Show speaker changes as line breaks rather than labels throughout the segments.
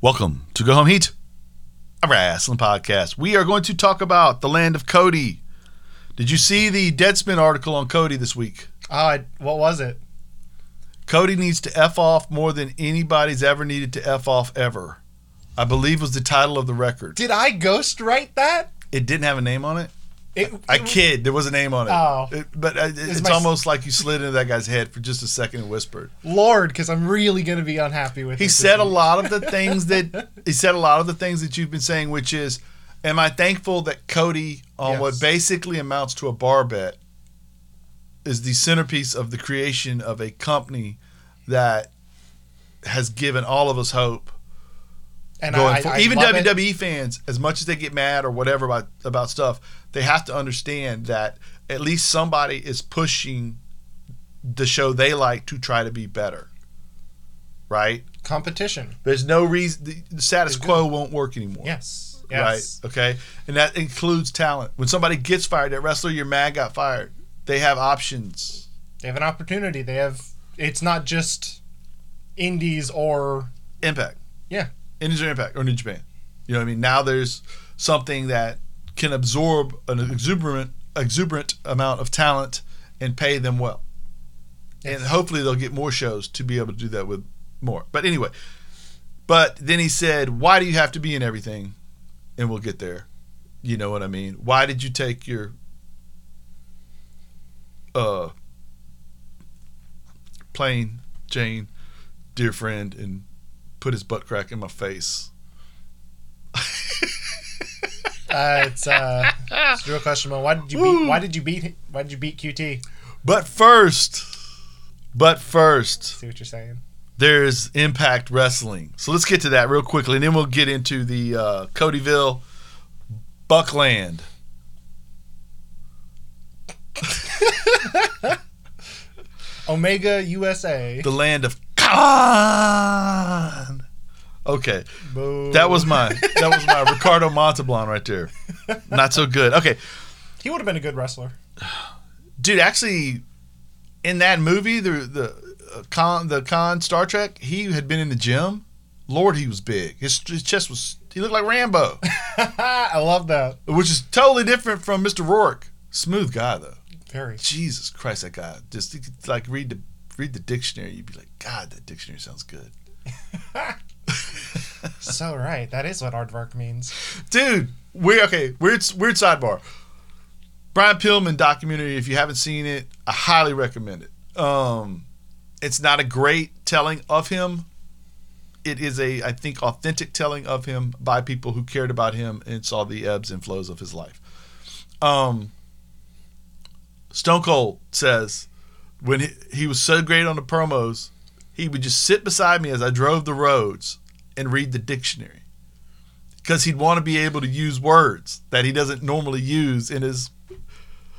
Welcome to Go Home Heat, a wrestling podcast. We are going to talk about the land of Cody. Did you see the Deadspin article on Cody this week?
Oh, I, what was it?
Cody needs to F off more than anybody's ever needed to F off ever. I believe was the title of the record.
Did I ghost write that?
It didn't have a name on it.
It,
I
it-
kid, there was a name on it.
Oh.
It- but I, it- it's,
my s-
almost like you slid into that guy's head for just a second and whispered.
Lord, because I'm really gonna be unhappy with.
He
this
said a
review.
lot of the things that he said a lot of the things that you've been saying, which is, am I thankful that Cody on what
Yes.
basically amounts to a bar bet is the centerpiece of the creation of a company that has given all of us hope
and
going
I,
for
I
even
love it.
WWE fans, as much as they get mad or whatever about about stuff, they have to understand that at least somebody is pushing the show they like to try to be better. Right?
competition.
There's no reason the- the status quo won't work anymore.
Yes. Yes.
Right. Okay. And that includes talent. When somebody gets fired, that wrestler your man got fired, they have options.
They have an opportunity. They have. It's not just indies or
Impact.
Yeah.
Industry Impact or New Japan. You know what I mean? Now there's something that can absorb an exuberant exuberant amount of talent and pay them well. And
Yes.
hopefully they'll get more shows to be able to do that with more. But anyway. But then he said, Why do you have to be in everything? And we'll get there. You know what I mean? Why did you take your uh plain Jane, dear friend, and put his butt crack in my face.
uh, it's uh, it's a real question. Well, Why did you
Woo.
beat? Why did you beat? Why did you beat QT?
But first, but first,
See what you're saying.
there's Impact Wrestling. So let's get to that real quickly, and then we'll get into the uh, Codyville Buckland.
Omega USA.
the land of Khan. Okay,
Boo.
that was my that was my Ricardo Montalban right there. Not so good. Okay,
He would have been a good wrestler.
dude, actually, in that movie, the the uh, Khan the Khan Star Trek, he had been in the gym. Lord, he was big. His, his chest was he looked like Rambo,
I love that.
which is totally different from Mr. Rourke. Smooth guy though.
Very.
Jesus Christ, that guy just you could, like read the read the dictionary. You'd be like, God, that dictionary sounds good.
So right. That is what aardvark means.
dude. Weird. Okay. Weird. Weird sidebar. Brian Pillman documentary. If you haven't seen it, I highly recommend it. Um, it's not a great telling of him. It is a, I think, authentic telling of him by people who cared about him and saw the ebbs and flows of his life. Um, Stone Cold says when he, he was so great on the promos, he would just sit beside me as I drove the roads and read the dictionary because he'd want to be able to use words that he doesn't normally use in his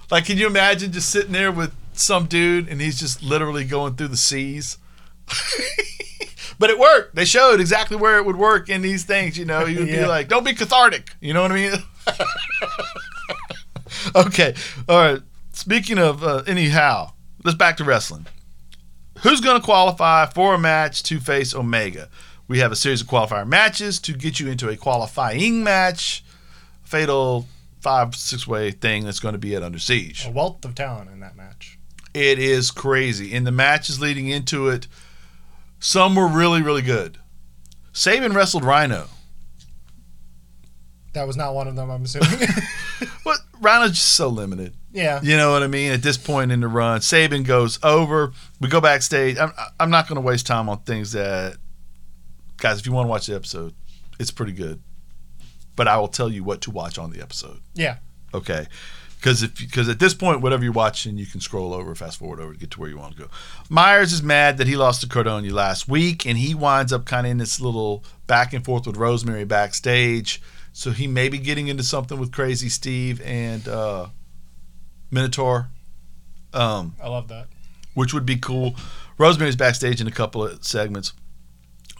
like can you imagine just sitting there with some dude and he's just literally going through the seas but it worked they showed exactly where it would work in these things you know he would be
Yeah.
like don't be cathartic you know what i mean okay all right speaking of uh, anyhow let's back to wrestling who's going to qualify for a match to face omega we have a series of qualifier matches to get you into a qualifying match, fatal five, six way thing that's going to be at Under Siege.
A wealth of talent in that match.
It is crazy. And the matches leading into it, some were really, really good. Saban wrestled Rhino.
That was not one of them. I'm assuming.
But Rhino's just so limited.
yeah.
You know what I mean? At this point in the run, Saban goes over. We go backstage. I'm, I'm not going to waste time on things that, guys, if you want to watch the episode, it's pretty good. But I will tell you what to watch on the episode.
Yeah.
Okay. Because if because at this point, whatever you're watching, you can scroll over, fast forward over to get to where you want to go. Myers is mad that he lost to Cardona last week, and he winds up kind of in this little back and forth with Rosemary backstage. So he may be getting into something with Crazy Steve and uh, Minotaur, um,
I love that.
which would be cool. Rosemary's backstage in a couple of segments.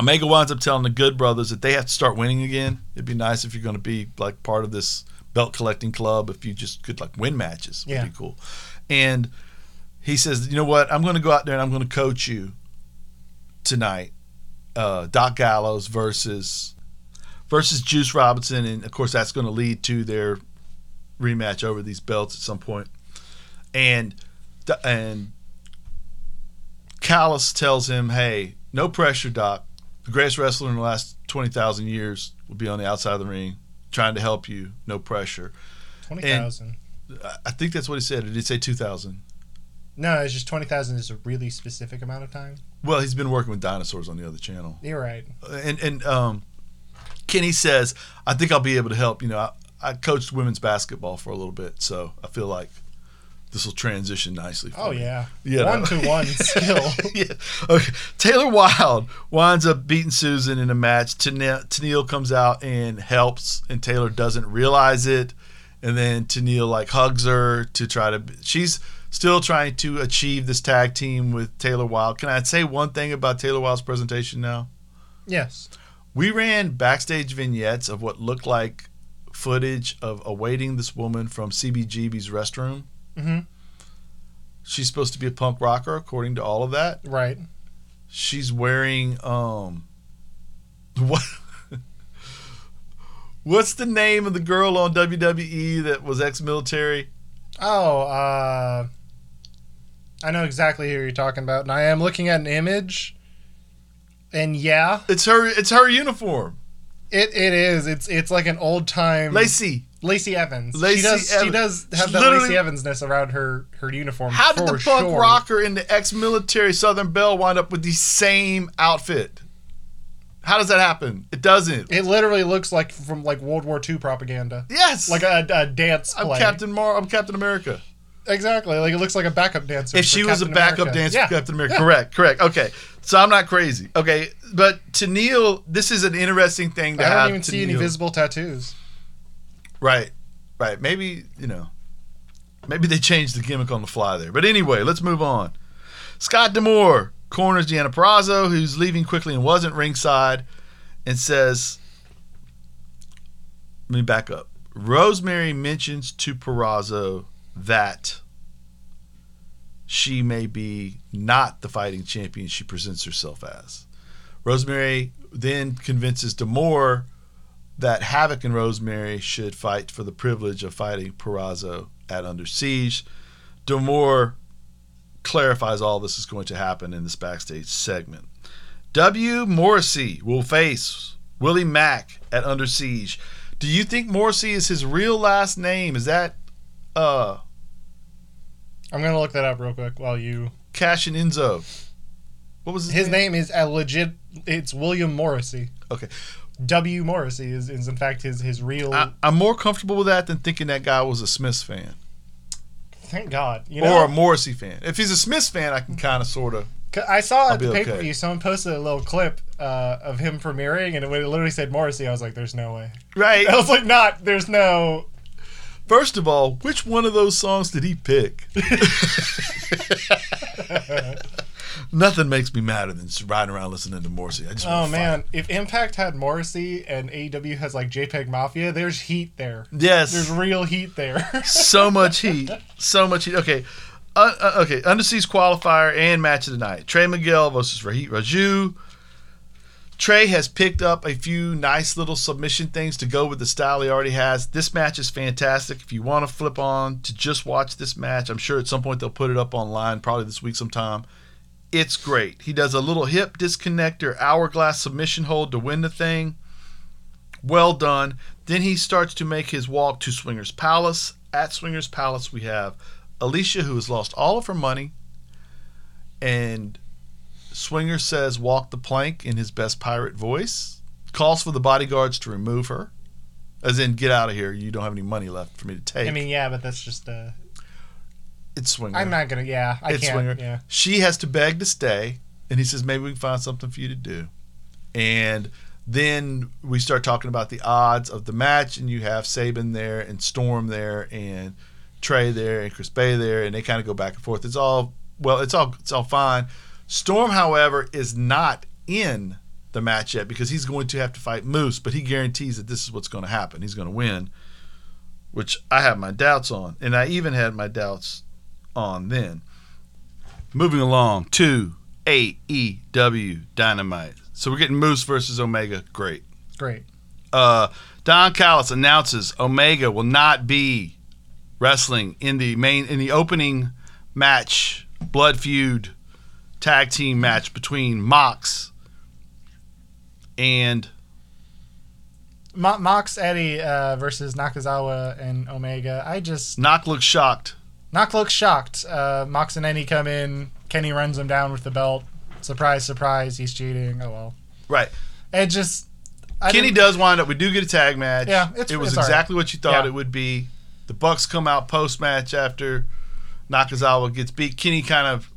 Omega winds up telling the Good Brothers that they have to start winning again. It'd be nice if you're going to be like part of this belt collecting club. If you just could like win matches, would
Yeah.
be cool. And he says, you know what? I'm going to go out there and I'm going to coach you tonight. uh, Doc Gallows versus versus Juice Robinson, and of course that's going to lead to their rematch over these belts at some point. And D- and Callus tells him, "Hey, no pressure, Doc. The greatest wrestler in the last twenty thousand years will be on the outside of the ring, trying to help you. No pressure."
Twenty thousand.
I- I think that's what he said. Or did he say two thousand?
No, it's just twenty thousand is a really specific amount of time.
Well, he's been working with dinosaurs on the other channel.
You're right. Oh,
and and um, Kenny says, "I think I'll be able to help." You know, I, I coached women's basketball for a little bit, so I feel like this will transition nicely. For
Oh
me.
yeah.
Yeah.
One to one skill.
yeah. Okay. Taylor Wilde winds up beating Susan in a match. Tane- Tennille comes out and helps, and Taylor doesn't realize it. And then Tennille like hugs her to try to. She's still trying to achieve this tag team with Taylor Wilde. Can I say one thing about Taylor Wilde's presentation now?
Yes.
We ran backstage vignettes of what looked like footage of awaiting this woman from CBGB's restroom.
hmm
She's supposed to be a punk rocker, according to all of that.
Right.
She's wearing um, what? What's the name of the girl on WWE that was ex-military?
Oh, uh, I know exactly who you're talking about, and I am looking at an image. And yeah,
It's her. It's her uniform.
it, it is. It's it's like an old time
Lacey,
Lacey Evans.
Lacey
she does she
Evans.
does have
She
that
literally-
Lacey Evansness around her her uniform.
how did
for
the punk
sure.
rocker and the ex-military Southern Belle wind up with the same outfit? How does that happen? It doesn't.
It literally looks like from like World War II propaganda,
Yes.
like a, a dance
I'm
play.
Captain Mar. I'm Captain America.
Exactly, like it looks like a backup dancer.
If
for
she was a
Captain
backup
America.
dancer
yeah.
for Captain America, correct, correct. Okay, so I'm not crazy. Okay, but to Neil, this is an interesting thing to
I
have.
don't even
to
see any
Neil.
visible tattoos.
Right, right. Maybe you know, maybe they changed the gimmick on the fly there. But anyway, let's move on. Scott Demore corners Deanna Perrazzo, who's leaving quickly and wasn't ringside, and says, "Let me back up." Rosemary mentions to Perrazzo that she may be not the fighting champion she presents herself as. Rosemary then convinces Demore that Havoc and Rosemary should fight for the privilege of fighting Perazzo at Under Siege. Damore clarifies all this is going to happen in this backstage segment. W. Morrissey will face Willie Mack at Under Siege. Do you think Morrissey is his real last name? Is that uh
I'm gonna look that up real quick while you.
Cash and Enzo? What was his,
His name is a legit. It's William Morrissey.
Okay.
W. Morrissey is, is in fact his his real.
I, I'm more comfortable with that than thinking that guy was a Smiths fan
thank God. You
or a
know,
Morrissey fan. If he's a Smiths fan, I can kind of sort of
'Cause I saw
I'll
at the
be
pay
okay.
per view someone posted a little clip uh, of him premiering, and when it literally said Morrissey, I was like, "There's no way."
right.
I was like, "Not. There's no."
First of all, which one of those songs did he pick? Nothing makes me madder than just riding around listening to Morrissey. I just
Oh
wanna
man, if Impact had Morrissey and AEW has like JPEG Mafia, there's heat there.
fight. yes,
There's real heat there.
so much heat, so much heat. Okay, uh, uh, okay, underseas qualifier and match of the night: Trey Miguel versus Rahit Raju. Trey has picked up a few nice little submission things to go with the style he already has. This match is fantastic. If you want to flip on to just watch this match, I'm sure at some point they'll put it up online, probably this week sometime. It's great. He does a little hip disconnector, hourglass submission hold to win the thing. Well done. Then he starts to make his walk to Swingers Palace. At Swingers Palace, we have Alicia, who has lost all of her money. And Swinger says, Walk the plank in his best pirate voice, calls for the bodyguards to remove her. As in, get out of here. You don't have any money left for me to take.
I mean, yeah, but that's just. Uh,
it's Swinger.
I'm not gonna. Yeah, I
It's
can't.
Swinger.
Yeah.
she has to beg to stay and he says maybe we can find something for you to do and then we start talking about the odds of the match and you have Saban there and Storm there and Trey there and Chris Bay there and they kind of go back and forth it's all well it's all it's all fine Storm however is not in the match yet because he's going to have to fight Moose but he guarantees that this is what's going to happen he's going to win which I have my doubts on and I even had my doubts on then Moving along to AEW Dynamite. So we're getting Moose versus Omega. Great.
Great.
Uh, Don Callis announces Omega will not be wrestling in the main in the opening match, blood feud, tag team match between Mox and
Mo- Mox Eddie uh, versus Nakazawa and Omega. I just
Knock. Looks shocked.
Knock looks shocked. Uh, Mox and Eddie come in. Kenny runs him down with the belt. Surprise, surprise. He's cheating. Oh well.
Right.
It just. I
Kenny
didn't-
does wind up. We do get a tag match.
Yeah, it's-
it was
it's all right.
exactly what you thought
Yeah.
it would be. The Bucks come out post match after Nakazawa gets beat. Kenny kind of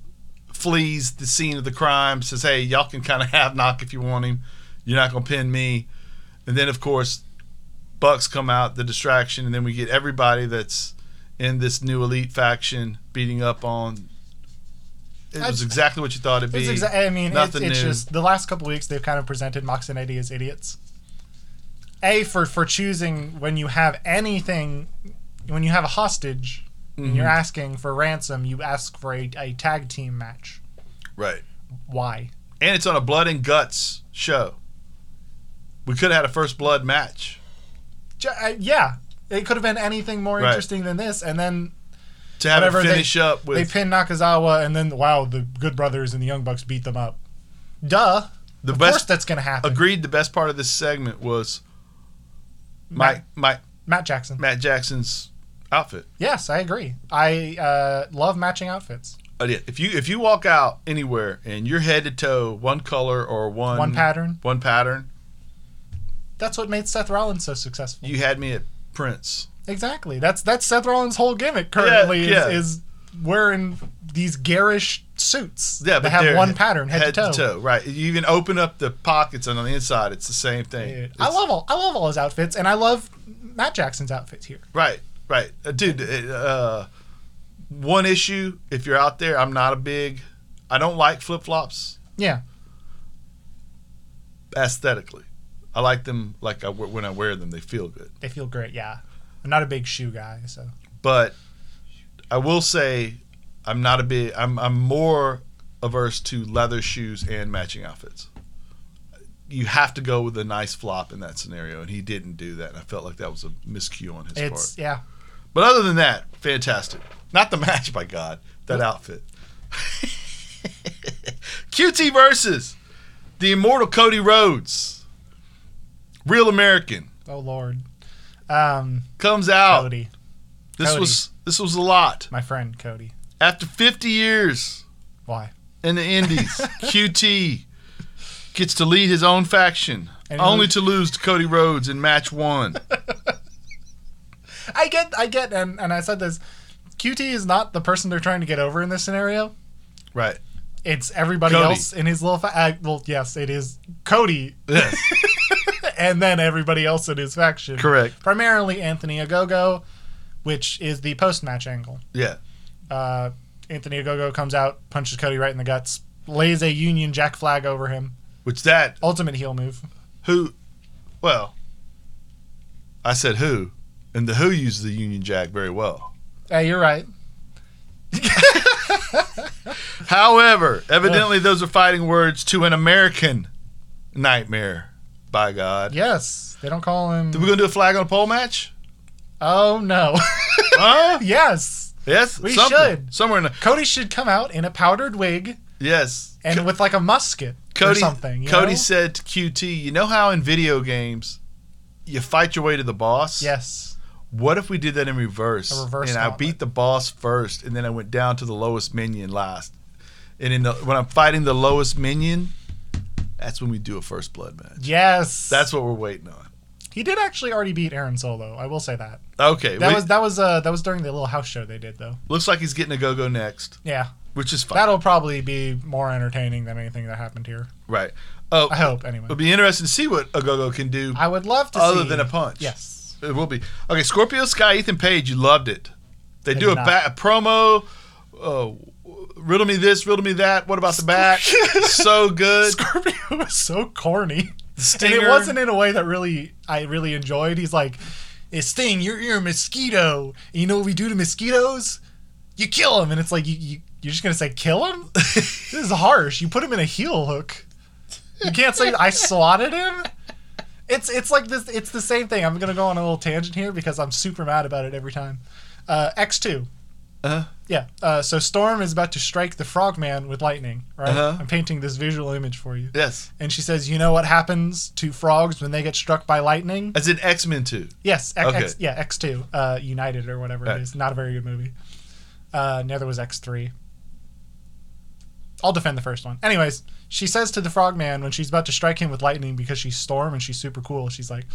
flees the scene of the crime. Says, "Hey, y'all can kind of have Knock if you want him. You're not gonna pin me." And then, of course, Bucks come out the distraction, and then we get everybody that's in this new elite faction beating up on. It
I-
was exactly what you thought it'd be.
It's exa- I mean, it's,
Nothing
it's
new.
just the last couple weeks they've kind of presented Mox and Eddie as idiots. A for for choosing when you have anything, when you have a hostage and you're
Mm-hmm.
asking for ransom, you ask for a, a tag team match.
right.
Why?
and it's on a blood and guts show. We could have had a first blood match.
J- uh, yeah, it could have been anything more
Right.
interesting than this. And then
To have
Whatever
it
they-
finish up
they
with
pin Nakazawa, and then wow, the Good Brothers and the Young Bucks beat them up. Duh.
the
of course,
best.
that's gonna happen.
Agreed. The best part of this segment was Mike, Mike,
Matt Jackson.
Matt Jackson's outfit.
Yes, I agree. I uh, love matching outfits.
Uh, yeah, If you if you walk out anywhere and you're head to toe one color or one
one pattern.
one pattern,
That's what made Seth Rollins so successful.
you had me at Prince.
Exactly. That's that's Seth Rollins' whole gimmick currently
yeah.
Is, is wearing these garish suits
Yeah,
that
but
have
they're
one pattern head, to toe.
Right. You even open up the pockets and on the inside, it's the same thing.
Dude, I
It's-
love all I love all his outfits, and I love Matt Jackson's outfits here.
Right, right, uh, dude. it, Uh, one issue, if you're out there, I'm not a big. I don't like flip flops
Yeah,
aesthetically. I like them like I, wear- when I wear them, they feel good.
they feel great. Yeah, I'm not a big shoe guy, so
But I will say, I'm not a big. I'm I'm more averse to leather shoes and matching outfits. You have to go with a nice flop in that scenario, and he didn't do that. And I felt like that was a miscue on his part.
it's yeah.
But other than that, fantastic. Not the match, by God. That outfit. QT versus the immortal Cody Rhodes. Real American
Oh Lord, um,
comes out.
Cody,
This
Cody.
was this was a lot.
my friend Cody.
After 50 years
Why?
in the Indies, QT gets to lead his own faction,
And he
only
loses-
to lose to Cody Rhodes in match one.
I get, I get, and and I said this. QT is not the person they're trying to get over in this scenario.
right.
It's everybody
Cody.
else in his little. Fa- uh, well, yes, it is Cody,
Yes.
and then everybody else in his faction.
Correct.
Primarily Anthony Agogo, which is the post-match angle.
Yeah.
Uh, Anthony Agogo comes out, punches Cody right in the guts, lays a Union Jack flag over him.
Which that
Ultimate heel move.
Who? Well, I said who, and the Who used the Union Jack very well.
Hey, you're right.
However, evidently those are fighting words to an American nightmare. By God,
Yes, they don't call
Are we
him.
gonna do a flag on a pole match?
Oh no.
Huh?
yes,
yes,
We
something.
should.
somewhere in the
Cody should come out in a powdered wig
yes.
and with like a musket
Cody,
or something. You
Cody
know?
said to QT, "You know how in video games." You fight your way to the boss.
Yes.
What if we did that in reverse?
A reverse
And I
gauntlet.
beat the boss first, and then I went down to the lowest minion last. And in the, when I'm fighting the lowest minion, that's when we do a first blood match.
Yes.
That's what we're waiting on.
He did actually already beat Aaron Solo. I will say that.
Okay,
That
we-
was that was uh that was during the little house show they did though.
looks like he's getting a go-go next,
Yeah,
which is fine.
that'll probably be more entertaining than anything that happened here.
Right. Oh,
I hope anyway.
it'll be interesting to see what a go-go can do.
I would love to
Other
see-
than a punch.
Yes.
It will be okay. Scorpio Sky, Ethan Page, you loved it. They do
did
a,
not.
ba- a promo. Uh, riddle me this, riddle me that. What about the back? so good.
Scorpio was so corny. And
Stinger.
it wasn't in a way that really I really enjoyed. He's like, "It's Sting, you're you're a mosquito. And you know what we do to mosquitoes? You kill them." And it's like you you You're just gonna say kill him? this is harsh. You put him in a heel hook. You can't say I slotted him. It's it's like this. It's the same thing. I'm gonna go on a little tangent here because I'm super mad about it every time. Uh, X two.
Uh-huh.
Yeah. Uh, so Storm is about to strike the Frogman with lightning. Right.
Uh-huh.
I'm painting this visual image for you.
Yes.
And she says, "You know what happens to frogs when they get struck by lightning?"
As in X Men 2.
Yes, X,
Okay.
X, yeah, X two, uh, United or whatever
Right.
it is. Not a very good movie. Uh, neither was X three. I'll defend the first one. Anyways, she says to the Frogman when she's about to strike him with lightning because she's Storm and she's super cool. She's like,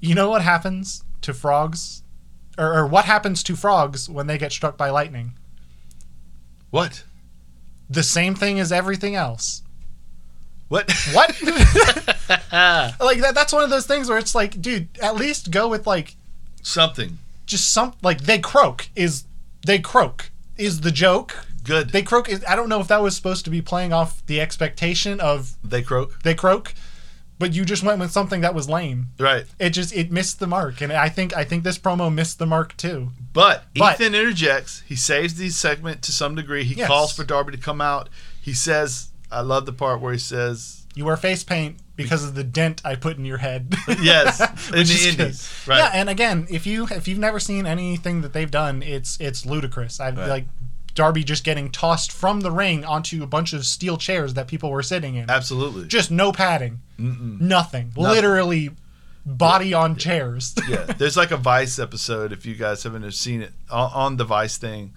"You know what happens to frogs, or, or what happens to frogs when they get struck by lightning?
What?
The same thing as everything else."
What?
What? like that, that's one of those things where it's like, dude, at least go with like
Something.
just some like they croak is they croak is the joke.
Good.
They
They,
croak is I don't know if that was supposed to be playing off the expectation of
croak.
they croak, but you just went with something that was lame.
Right.
It just it missed the mark, and I think I think this promo missed the mark too.
But,
But-
Ethan interjects. He saves the segment to some degree. He
Yes.
calls for Darby to come out. He says, I love the part where he says,
You wear face paint because of the dent I put in your head.
Yes, in
Which
the
is good.
indies, right.
Yeah, and again, if you if you've never seen anything that they've done, it's it's ludicrous. I
Right.
like Darby just getting tossed from the ring onto a bunch of steel chairs that people were sitting in.
Absolutely.
just no padding, nothing, literally body on chairs.
yeah. There's like a Vice episode, if you guys haven't seen it, on, on the Vice thing,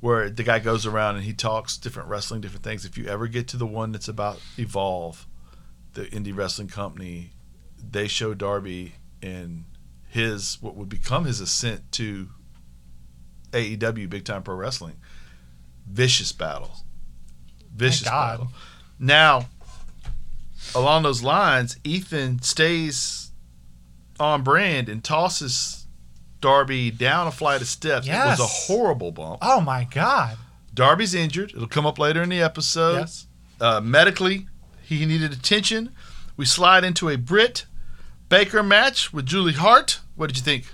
where the guy goes around and he talks different wrestling, different things. If you ever get to the one that's about Evolve, the indie wrestling company, they show Darby in his, what would become his ascent to AEW, Big Time Pro Wrestling. Vicious battle. Vicious
God.
battle. Now, along those lines, Ethan stays on brand and tosses Darby down a flight of steps. It was
Yes.
a horrible bump.
oh my god!
Darby's injured. It'll come up later in the episode.
Yes,
Uh, medically, he needed attention. We slide into a Brit Baker match with Julie Hart. What did you think?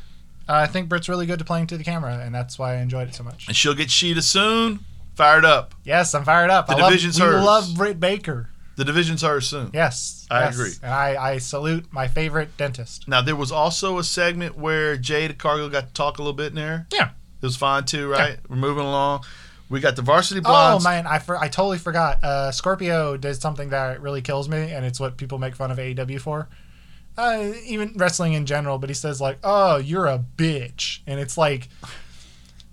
uh, I think Britt's really good at playing to the camera, and that's why I enjoyed it so much.
And she'll get Sheeta soon. Fired up.
Yes, I'm fired up.
The
I love,
division's
we
hers.
love Britt Baker.
The division's hers soon.
Yes,
I
yes.
agree.
and I, I salute my favorite dentist.
Now there was also a segment where Jade Cargill got to talk a little bit in there.
Yeah.
It was fine too, right? We're moving along. We got the varsity blondes.
Oh man, I for, I totally forgot. Uh, Scorpio did something that really kills me, and it's what people make fun of AEW for, uh, even wrestling in general. But he says like, "Oh, you're a bitch," and it's like,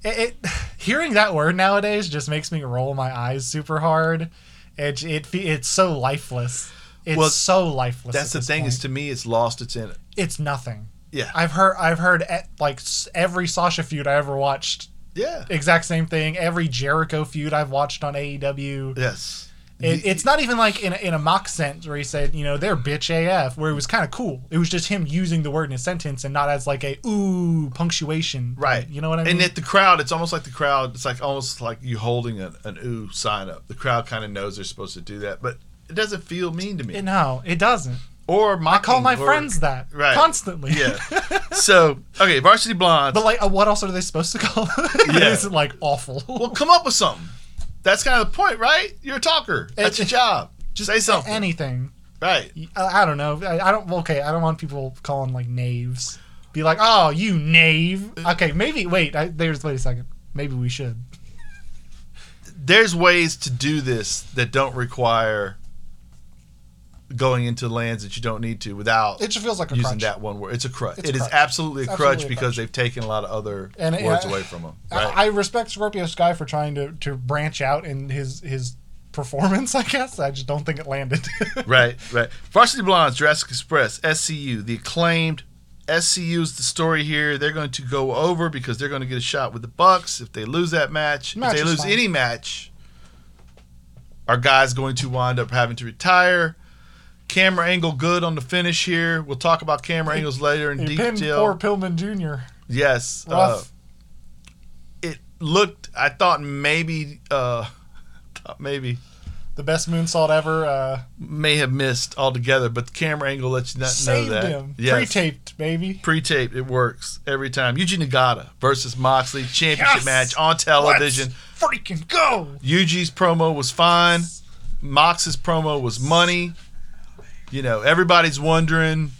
it, it hearing that word nowadays just makes me roll my eyes super hard. It it fe- it's so lifeless. It's
Well,
so lifeless.
That's the thing, is to me it's lost its in
it's nothing.
Yeah.
I've heard I've heard eh, like s- every Sasha feud I ever watched,
yeah.
exact same thing. Every Jericho feud I've watched on AEW.
Yes.
It, it's not even like in a, in a mock sense where he said, you know, they're bitch AF, where it was kind of cool. It was just him using the word in a sentence and not as like a ooh punctuation.
Right.
You know what I mean?
And at the crowd, it's almost like the crowd, it's like almost like you holding an, an ooh sign up. The crowd kind of knows they're supposed to do that, but it doesn't feel mean to me.
It- no, it doesn't.
or
I call my
mocking, or-
friends that
Right.
constantly.
Yeah. so, okay, varsity blondes.
But like, uh, what else are they supposed to call? it?
Yeah.
Is it like awful?
well, come up with something. That's kind of the point, right? You're a talker. That's your
It-
job. Just say something.
Anything?
right.
I, I don't know. I, I don't. Okay, I don't want people calling like knaves. Be like, oh, you knave. Okay, maybe. Wait, I, there's. Wait a second. Maybe we should.
there's ways to do this that don't require going into lands that you don't need to without
It just feels like a
using
crutch.
that one word. It's a crutch.
It's
It's
a crutch.
absolutely a
It's
crutch
absolutely a
because
crutch.
they've taken a lot of other
And it-
words
yeah.
away from them.
I-
Right?
I respect Scorpio Sky for trying to to branch out in his his performance. I guess I just don't think it landed.
right, right. Varsity Blondes, Jurassic Express, SCU, the acclaimed. SCU is the story here. They're going to go over because they're going to get a shot with the Bucks if they lose that match. if
Match is
they lose
fine.
any match, our guy's going to wind up having to retire. Camera angle good on the finish here. We'll talk about camera angles later in
he
detail.
pinned poor Pillman Jr.
Yes. Uh,
Rough.
it looked. I thought maybe. Uh, thought maybe
the best moonsault ever. Uh,
may have missed altogether, but the camera angle lets you not
saved
know that.
him.
Yes.
Pre-taped, baby.
Pre-taped, it works every time. Eugene Nagata versus Moxley championship
Yes!
match on television.
Let's freaking go.
Eugene's promo was fine. Mox's promo was money. You know, everybody's wondering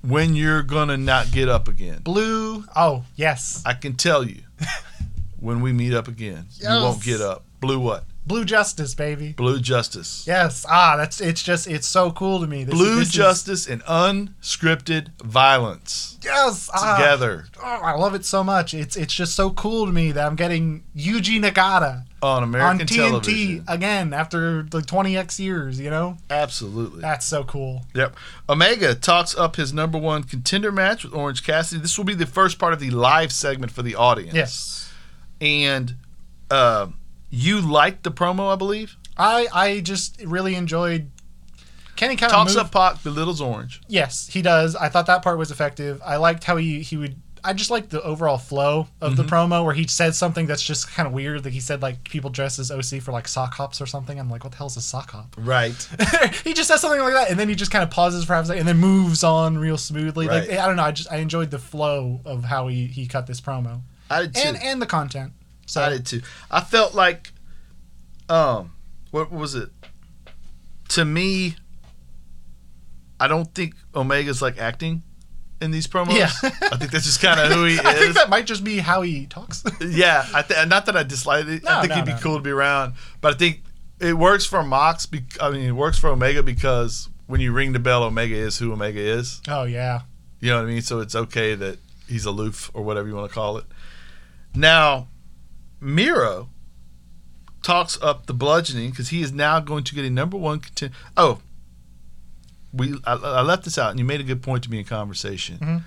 when you're gonna not get up again. Blue,
Oh yes,
I can tell you, when we meet up again, you won't
Yes.
get up. Blue what?
Blue Justice, baby.
Blue justice.
Yes. Ah, that's it's just it's so cool to me. This,
Blue
this is-
justice and unscripted violence
yes. Ah,
together
Oh, I love it so much. It's it's just so cool to me that I'm getting Yuji Nagata
on American
on TNT
television.
again after like 20x years. You know,
Absolutely.
that's so cool.
Yep. Omega talks up his number one contender match with Orange Cassidy. This will be the first part of the live segment for the audience.
Yes.
And uh, you liked the promo, I believe.
I I just really enjoyed. Kenny kind
Talks
of
up Pac, belittles Orange.
Yes, he does. I thought that part was effective. I liked how he he would. I just liked the overall flow of
Mm-hmm.
the promo where he said something that's just kind of weird. Like he said, like people dress as OC for like sock hops or something. I'm like, what the hell's a sock hop?
Right.
he just says something like that, and then he just kind of pauses for half a second, and then moves on real smoothly.
Right.
Like I don't know. I just I enjoyed the flow of how he he cut this promo
I did too.
and and the content. So
I did too. I felt like, um, what was it? To me, I don't think Omega's like acting in these promos.
Yeah.
I think that's just kind of who he is.
I think that might just be how he talks.
yeah, I th- not that I dislike it. I
No,
think
no,
he'd be
no.
cool to be around, but I think it works for Mox. Be- I mean, it works for Omega because when you ring the bell, Omega is who Omega is.
oh yeah.
You know what I mean? So it's okay that he's aloof or whatever you want to call it. Now, Miro talks up the bludgeoning because he is now going to get a number one contender. Oh, we I, I left this out, and you made a good point to me in conversation.
Mhm.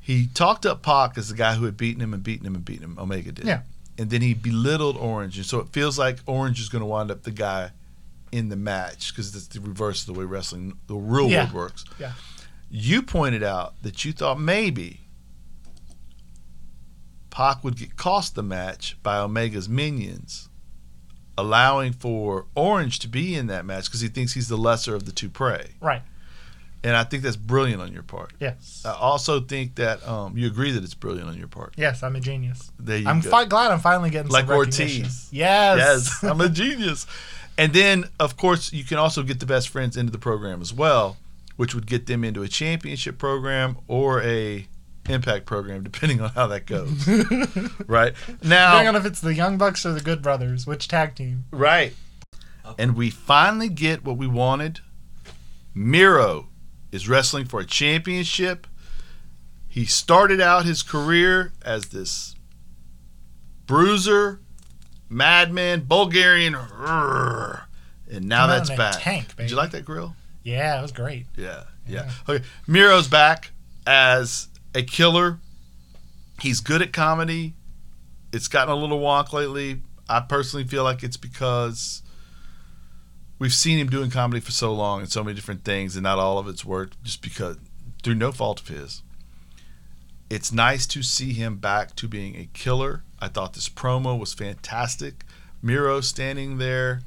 He talked up Pac as the guy who had beaten him and beaten him and beaten him. Omega did.
Yeah.
And then he belittled Orange, and so it feels like Orange is going to wind up the guy in the match because that's the reverse of the way wrestling, the real
Yeah.
world works
Yeah.
you pointed out that you thought maybe Pac would get cost the match by Omega's minions, allowing for Orange to be in that match because he thinks he's the lesser of the two prey.
Right.
And I think that's brilliant on your part.
Yes.
I also think that um, you agree that it's brilliant on your part.
Yes, I'm a genius.
There you
I'm
go.
fi- glad I'm finally getting
Like
some recognition.
Ortiz.
Yes.
Yes, I'm a genius. And then, of course, you can also get the best friends into the program as well, which would get them into a championship program or a impact program, depending on how that goes. right
Depending
now,
on if it's the Young Bucks or the Good Brothers, which tag team?
right, and we finally get what we wanted. Miro is wrestling for a championship. He started out his career as this bruiser, madman, Bulgarian, rrrr, and now
Come out
that's
in a
back.
tank,
Did
baby.
you like that grill?
Yeah, it was great.
Yeah, yeah. Okay, Miro's back as a killer. He's good at comedy. It's gotten a little wonk lately. I personally feel like it's because we've seen him doing comedy for so long and so many different things, and not all of it's worked just because through no fault of his. It's nice to see him back to being a killer. I thought this promo was fantastic. Miro standing there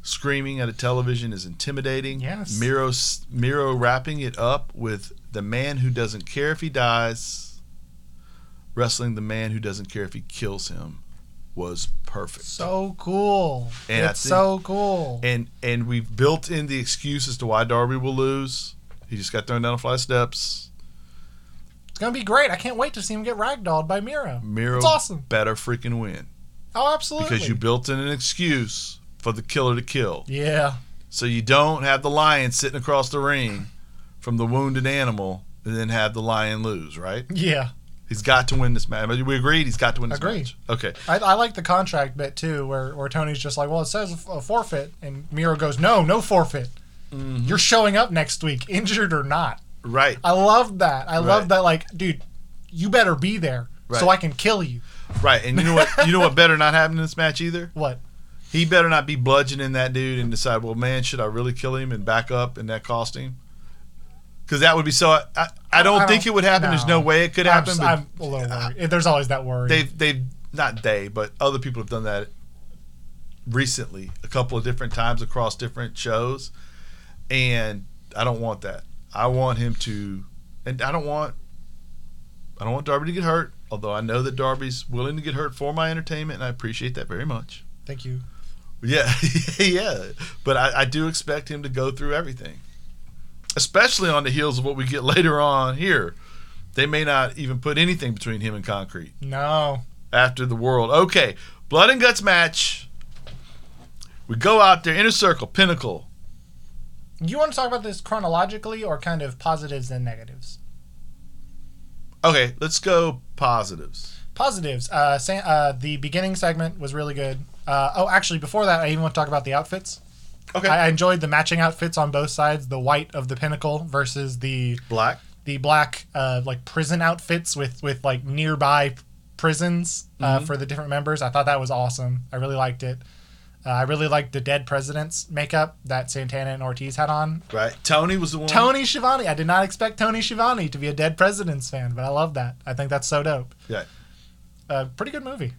screaming at a television is intimidating.
Yes.
Miro s- Miro wrapping it up with the man who doesn't care if he dies wrestling the man who doesn't care if he kills him was perfect.
So cool.
And I
it's
think-
so cool.
and and we've built in the excuse as to why Darby will lose. He just got thrown down a flight of steps.
it's gonna be great. I can't wait to see him get ragdolled by Miro.
Miro
It's awesome.
better freaking win
Oh, absolutely.
because you built in an excuse for the killer to kill.
Yeah.
So you don't have the lion sitting across the ring from the wounded animal and then have the lion lose, right?
Yeah.
He's got to win this match. We agreed he's got to win this
Agreed.
match. Okay.
I, I like the contract bit too, where where Tony's just like, well, it says a forfeit, and Miro goes, no, no forfeit.
Mm-hmm.
You're showing up next week, injured or not.
Right.
I love that. I
Right.
love that. Like, dude, you better be there so
Right.
I can kill you.
Right. And you know what you know what better not happen in this match either?
What?
He better not be bludgeoning that dude and decide, well, man, should I really kill him and back up and that cost him? Because that would be so. I, I, I don't
I don't-
think it would happen. There's no
no.
way it could
I'm,
happen.
s-
but
I'm a little worried. There's always that worry.
they've they've not they, but other people have done that recently a couple of different times across different shows, and I don't want that. I want him to, and I don't want, I don't want Darby to get hurt. Although I know that Darby's willing to get hurt for my entertainment, and I appreciate that very much.
Thank you.
Yeah, yeah. But I, I do expect him to go through everything, especially on the heels of what we get later on here. They may not even put anything between him and concrete
No.
after the world. Okay, blood and guts match. We go out there, inner circle, pinnacle.
You want to talk about this chronologically or kind of positives and negatives?
Okay, let's go positives.
Positives. Uh, Sa- uh, the beginning segment was really good. Uh, oh, actually, before that, I even want to talk about the outfits.
Okay,
I I enjoyed the matching outfits on both sides: the white of the pinnacle versus the
black.
the black uh, like prison outfits with with like nearby prisons
Mm-hmm.
uh, for the different members. I thought that was awesome. I really liked it. Uh, I really liked the dead president's makeup that Santana and Ortiz had on.
Right. Tony was the one.
Tony Schiavone. I did not expect Tony Schiavone to be a dead president's fan, but I love that. I think that's so dope.
Yeah,
Uh, pretty good movie.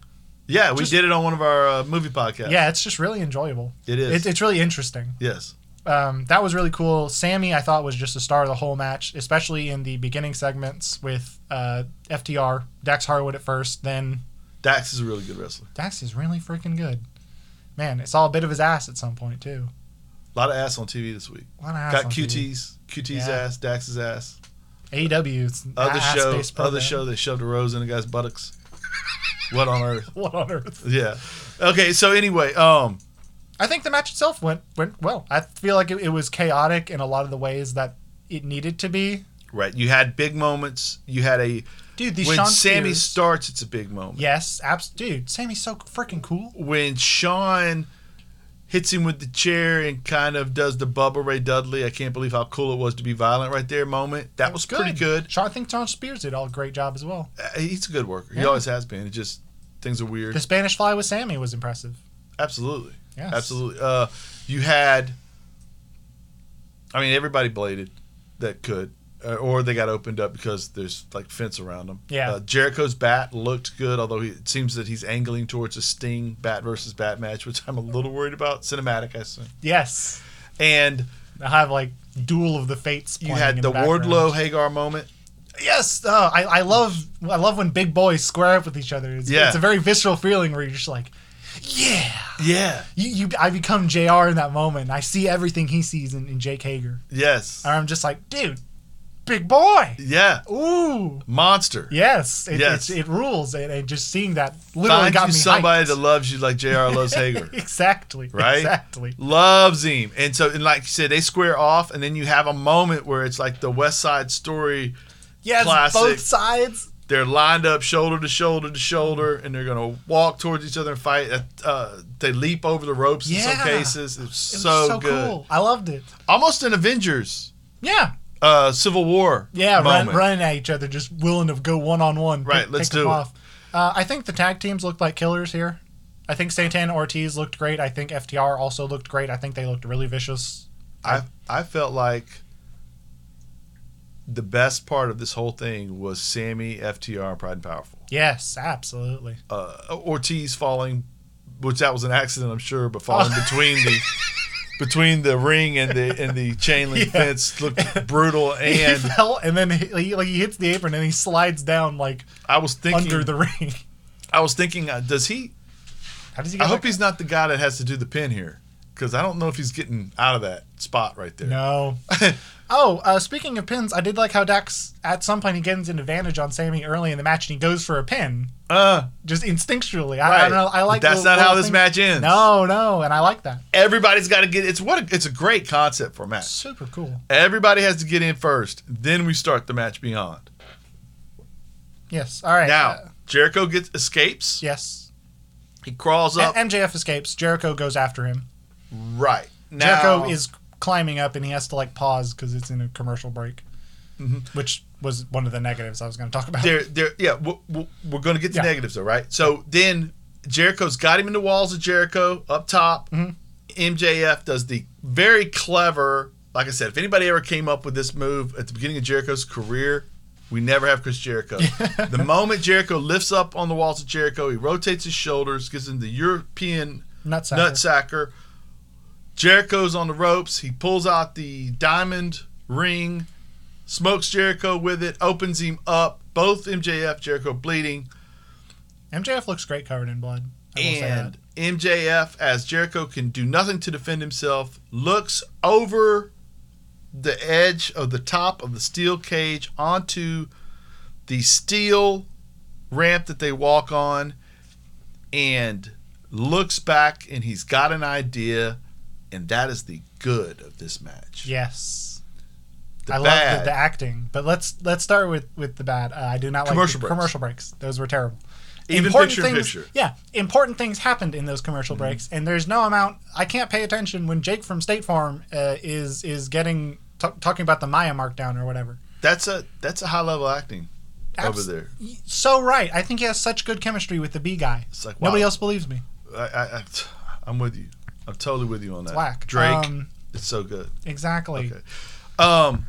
yeah. We
Just-
did it on one of our uh, movie podcasts.
Yeah, it's just really enjoyable.
It is.
It, it's really interesting.
yes.
um, that was really cool. Sammy, I thought, was just the star of the whole match, especially in the beginning segments with uh, FTR, Dax Harwood at first. Then
Dax is a really good wrestler.
Dax is really freaking good. Man, it's all a bit of his ass at some point too.
A lot of ass on TV this week.
A lot of ass
Got
on TV.
QT's, QT's
Yeah.
ass, Dax's ass.
E AEW's
Other
ass-based
show, other
program.
show, they shoved a rose in a guy's buttocks. what on earth?
What on earth?
Yeah. Okay. So anyway, um,
I think the match itself went went well. I feel like it, it was chaotic in a lot of the ways that it needed to be.
right. You had big moments. You had a
Dude, these
when
Sean
Sammy
Spears-
starts, it's a big moment.
Yes, abs- dude, Sammy's so freaking cool.
when Sean hits him with the chair and kind of does the Bubba Ray Dudley, I can't believe how cool it was to be violent right there moment. That was pretty good.
Sean, I think Sean Spears did all a great job as well.
Uh, He's a good worker. He
Yeah.
always has been. It just things are weird.
The Spanish Fly with Sammy was impressive.
Absolutely.
Yes.
Absolutely. Uh, you had, I mean, everybody bladed that could, uh, or they got opened up because there's like fence around them.
Yeah.
Uh, Jericho's bat looked good, although he, it seems that he's angling towards a Sting bat versus bat match, which I'm a little worried about. Cinematic, I assume.
Yes.
And
I have like Duel of the Fates.
you
playing
had
in
the
background.
Wardlow Hagar moment.
Yes. Oh, I, I love I love when big boys square up with each other. It's,
Yeah.
it's a very visceral feeling where you're just like, yeah.
Yeah.
You, you I become JR in that moment. I see everything he sees in, in Jake Hager.
Yes.
And I'm just like, dude, big boy.
Yeah.
Ooh.
Monster.
Yes. It,
Yes.
It, it rules. And, and just seeing that literally
Find
got
you
me
somebody
hyped.
that loves you like J.R. loves Hager.
exactly.
Right?
Exactly.
loves him and so and like you said they square off and then you have a moment where it's like the west side story
Yes.
Classic.
Both sides.
they're lined up shoulder to shoulder to shoulder and they're gonna walk towards each other and fight uh, they leap over the ropes in
Yeah.
some cases it's
It was
so, good
cool. I loved it.
almost an avengers
Yeah.
uh, civil war
Yeah, run,
moment.
running at each other, just willing to go one on one.
Right, let's do it.
Uh, I think the tag teams looked like killers here. I think Santana Ortiz looked great. I think FTR also looked great. I think they looked really vicious.
I, I felt like the best part of this whole thing was sammy ftr and pride and powerful
Yes, absolutely.
uh, Ortiz falling, which that was an accident, I'm sure, but falling
Oh.
between the between the ring and the and the chain link
Yeah.
fence looked brutal.
he
And
fell, and then he, he- like, he hits the apron, and he slides down like
I was thinking,
under the ring.
I was thinking, uh, does he?
How does he?
I
Get
hope
back-
he's not the guy that has to do the pin here, because I don't know if he's getting out of that spot right there.
No. oh, uh, speaking of pins, I did like how Dax at some point he gains an advantage on Sammy early in the match, and he goes for a pin.
Uh,
just instinctually. I, I
Right.
don't know. I
But
like
that's
little-
not how
little
this
things.
match ends.
No, no, and I like that.
everybody's got to get. It's what a, it's a great concept for a match.
Super cool.
Everybody has to get in first, then we start the match beyond.
Yes. All right. Uh,
Now Jericho gets escapes.
yes.
He crawls
A-
up.
MJF escapes. Jericho goes after him.
right now,
Jericho is climbing up, and he has to like pause because it's in a commercial break, which was one of the negatives I was going to talk about.
Mm-hmm. There, there, yeah. We're, we're going to get to
Yeah.
negatives, though, right? So then Jericho's got him in the walls of Jericho up top. MJF does the very clever. Like I said, if anybody ever came up with this move at the beginning of Jericho's career, we never have Chris Jericho. the moment Jericho lifts up on the walls of Jericho, he rotates his shoulders, gives him the European
Nutsacker.
nutsacker. Jericho's on the ropes. He pulls out the diamond ring, smokes Jericho with it, opens him up. Both MJF, Jericho bleeding,
MJF looks great covered in blood. I will say
and MJF, as Jericho can do nothing to defend himself, looks over the edge of the top of the steel cage onto the steel ramp that they walk on and looks back and he's got an idea and that is the good of this match
that. yes.
The
I love
bad.
the, the acting, but let's let's start with with the bad. Uh, I do not
Commercial
like the
breaks.
commercial breaks; those were terrible.
Even
important
picture in
things,
picture. Mm-hmm.
Yeah, important things happened in those commercial breaks, and there's no amount I can't pay attention when Jake from State Farm uh, is is getting t- talking about the Maya markdown or whatever.
that's a that's a high level acting
Abs-
over there
So right, I think he has such good chemistry with the B guy.
it's like wow.
Nobody else believes me.
I, I, I, i'm with you i'm totally with you on that
Whack.
drake
Um,
it's so good
exactly.
Okay. Um,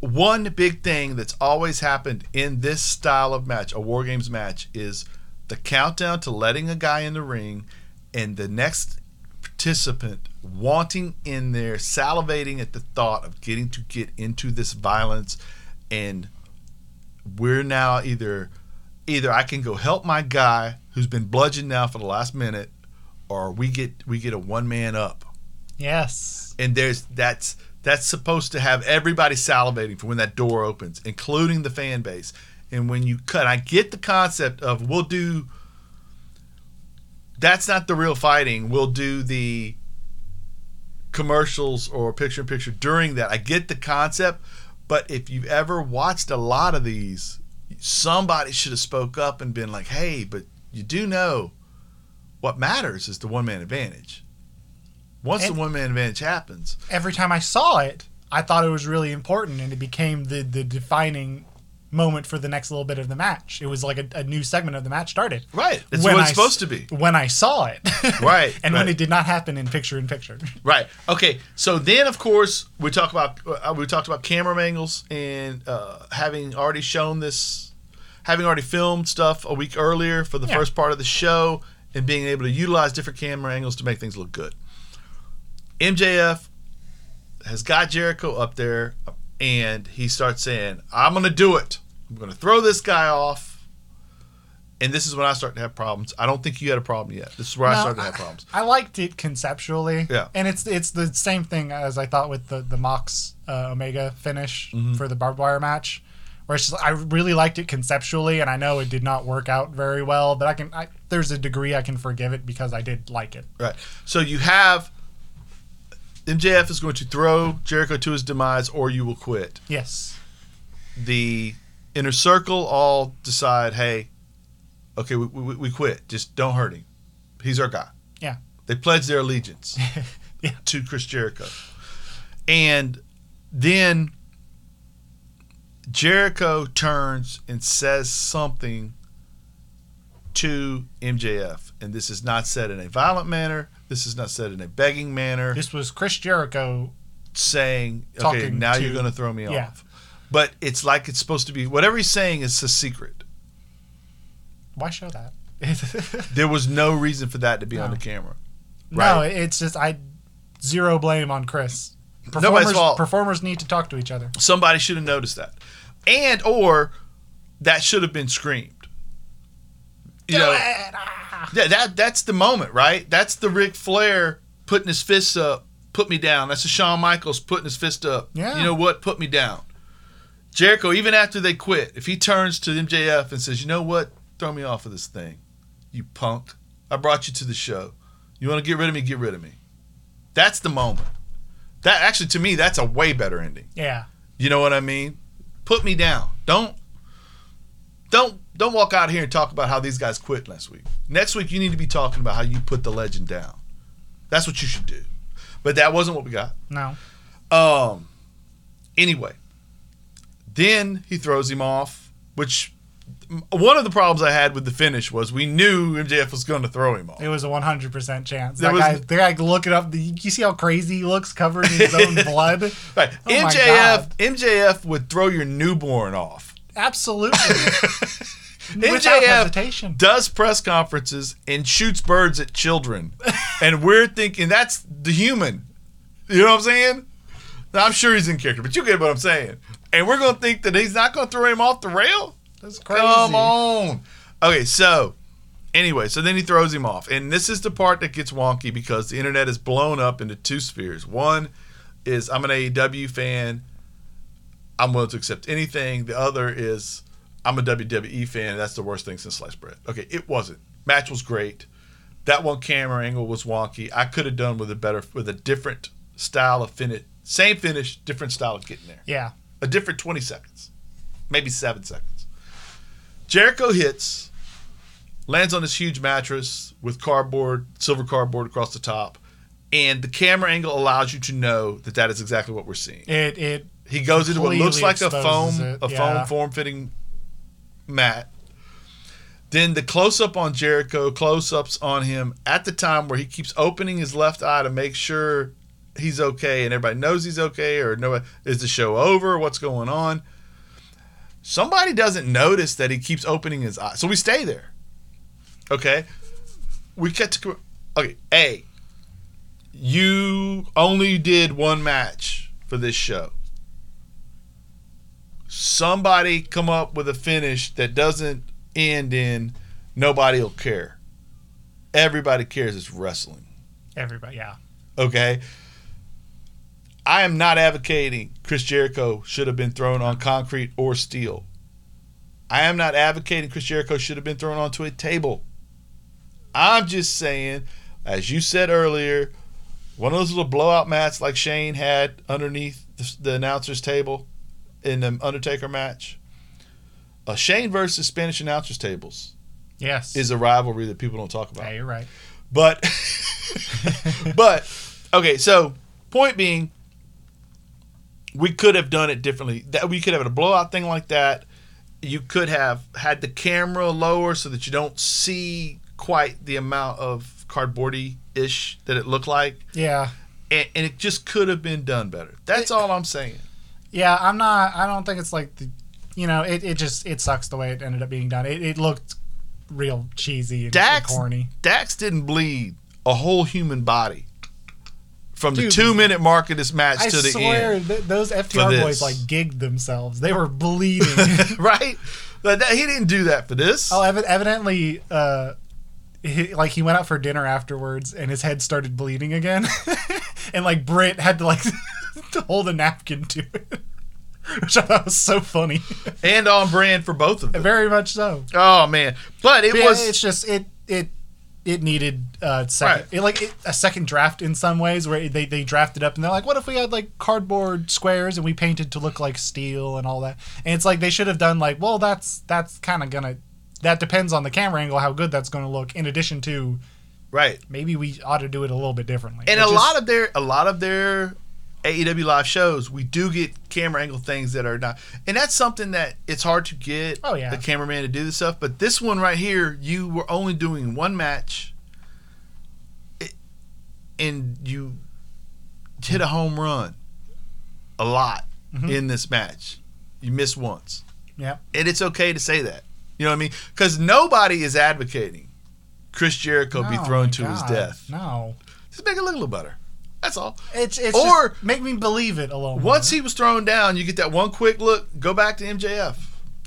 one big thing that's always happened in this style of match, a War Games match, is the countdown to letting a guy in the ring and the next participant wanting in there, salivating at the thought of getting to get into this violence. And we're now either either I can go help my guy who's been bludgeoned now for the last minute, or we get we get a one man up
Yes.
and there's that's that's supposed to have everybody salivating for when that door opens, including the fan base. And when you cut, I get the concept of we'll do. That's not the real fighting. We'll do the commercials or picture in picture during that. I get the concept, but if you've ever watched a lot of these, somebody should have spoke up and been like, "Hey, but you do know what matters is the one man advantage." Once
And-
the one man advantage happens,
Every time I saw it, I thought it was really important, and it became the the defining moment for the next little bit of the match. It was like a, a new segment of the match started.
Right. It's what it's
I s-
supposed to be.
When I saw it.
Right,
and when
right.
it did not happen in picture in picture.
Right. Okay. So then, of course, we talk about uh, we talked about camera angles and uh, having already shown this, having already filmed stuff a week earlier for the
Yeah.
first part of the show, and being able to utilize different camera angles to make things look good. MJF has got Jericho up there, and he starts saying, "I'm going to do it. I'm going to throw this guy off." And this is when I start to have problems. I don't think you had a problem yet. This is where I
No,
started to have problems.
I liked it conceptually.
Yeah.
And it's it's the same thing as I thought with the the Mox uh, Omega finish
Mm-hmm.
for the barbed wire match, where it's just, I really liked it conceptually, and I know it did not work out very well, but I can I, there's a degree I can forgive it because I did like it.
Right. So you have MJF is going to throw Jericho to his demise, or you will quit.
Yes.
The inner circle all decide, hey, okay, we, we, we quit. Just don't hurt him. He's our guy.
Yeah.
They pledge their allegiance
Yeah.
to Chris Jericho. And then Jericho turns and says something to MJF. And this is not said in a violent manner. This is not said in a begging manner
This was Chris Jericho.
saying, okay,
Talking
now
to-
you're going to throw me
yeah.
off. But it's like it's supposed to be whatever he's saying is a secret.
Why show that?
There was no reason for that to be on
No.
the camera.
No, it's just I zero blame on Chris. Performers,
Nobody's fault.
Performers need to talk to each other.
Somebody should have noticed that. And or that should have been screamed. You know, yeah, that that's the moment, right? That's the Ric Flair putting his fists up, put me down. That's the Shawn Michaels putting his fist up.
Yeah.
You know what? Put me down. Jericho, even after they quit, if he turns to MJF and says, You know what? Throw me off of this thing. You punk. I brought you to the show. You want to get rid of me? Get rid of me. That's the moment. That actually to me, that's a way better ending.
Yeah.
You know what I mean? Put me down. Don't don't don't walk out here and talk about how these guys quit last week. Next week you need to be talking about how you put the legend down. That's what you should do. But that wasn't what we got.
No.
Um anyway. Then he throws him off, which m- one of the problems I had with the finish was we knew MJF was going to throw him off.
It was a 100% chance.
There
That
was-
guy, the guy looking up, the, you see how crazy he looks covered in his own blood?
Right.
Oh my
MJF MJF would throw your newborn off.
Absolutely. without
MJF
hesitation.
does press conferences and shoots birds at children, and we're thinking that's the human. You know what I'm saying? Now, I'm sure he's in character, but you get what I'm saying. And we're gonna think that he's not gonna throw him off the rail.
That's crazy.
Come on. Okay, so anyway, so then he throws him off. And this is the part that gets wonky because the internet is blown up into two spheres. One is I'm an AEW fan. I'm willing to accept anything. The other is I'm a WWE fan. That's the worst thing since sliced bread. Okay, it wasn't. Match was great. That one camera angle was wonky. I could have done with a better, with a different style of finish. Same finish, different style of getting there
Yeah.
a different 20 seconds, maybe seven seconds. Jericho hits, lands on this huge mattress with cardboard, silver cardboard across the top, and the camera angle allows you to know that that is exactly what we're seeing.
It it
He goes into what looks
Completely
like a
exposes
foam,
it,
a
yeah.
foam form-fitting mat. Then the close-up on Jericho, close-ups on him at the time where he keeps opening his left eye to make sure he's okay, and everybody knows he's okay, or no, is the show over? What's going on? Somebody doesn't notice that he keeps opening his eye, so we stay there. Okay, we get to okay. A, you only did one match for this show somebody come up with a finish that doesn't end in nobody will care. Everybody cares it's wrestling.
everybody yeah.
Okay. I am not advocating Chris Jericho should have been thrown on concrete or steel. I am not advocating Chris Jericho should have been thrown onto a table. I'm just saying, as you said earlier, one of those little blowout mats like Shane had underneath the, the announcer's table in the Undertaker match. A Shane versus Spanish announcers tables
Yes.
is a rivalry that people don't talk about.
yeah, you're right.
But but okay, so point being we could have done it differently. That we could have had a blowout thing like that. You could have had the camera lower so that you don't see quite the amount of cardboardy ish that it looked like.
Yeah.
And, and it just could have been done better. That's all I'm saying.
Yeah, I'm not. I don't think it's like the, you know, it, it just it sucks the way it ended up being done. It, it looked real cheesy and, and
Dax,
corny.
Dax didn't bleed a whole human body from the
Dude,
two minute mark of this match
I
to the
swear
end.
th- those
For
FTR
this.
boys like gigged themselves. They were bleeding.
right? Like that, he didn't do that for this.
oh, evi- evidently, uh, he, like he went out for dinner afterwards and his head started bleeding again, and like Britt had to like to hold a napkin to it, which I thought was so funny.
and on brand for both of them.
Very much so.
Oh man, but it
But yeah, it's
was
just it it it needed uh second
Right.
it, like it, a second draft in some ways where they they drafted up and they're like what if we had like cardboard squares and we painted to look like steel and all that and it's like they should have done like well that's that's kind of gonna that depends on the camera angle how good that's gonna look in addition to
right,
maybe we ought to do it a little bit differently
and a lot of their a lot of their AEW live shows, we do get camera angle things that are not, and that's something that it's hard to get
Oh, yeah.
the cameraman to do this stuff. But this one right here, you were only doing one match, It- and you hit a home run a lot
Mm-hmm.
in this match. You missed once.
yeah
and it's okay to say that. You know what I mean? Because nobody is advocating Chris Jericho be
No,
thrown
Oh my
to his
God,
death.
no
Just make it look a little better. That's all.
it's it's
Or-
or make me believe it a little
Once
more.
he was thrown down, you get that one quick look. Go back to MJF.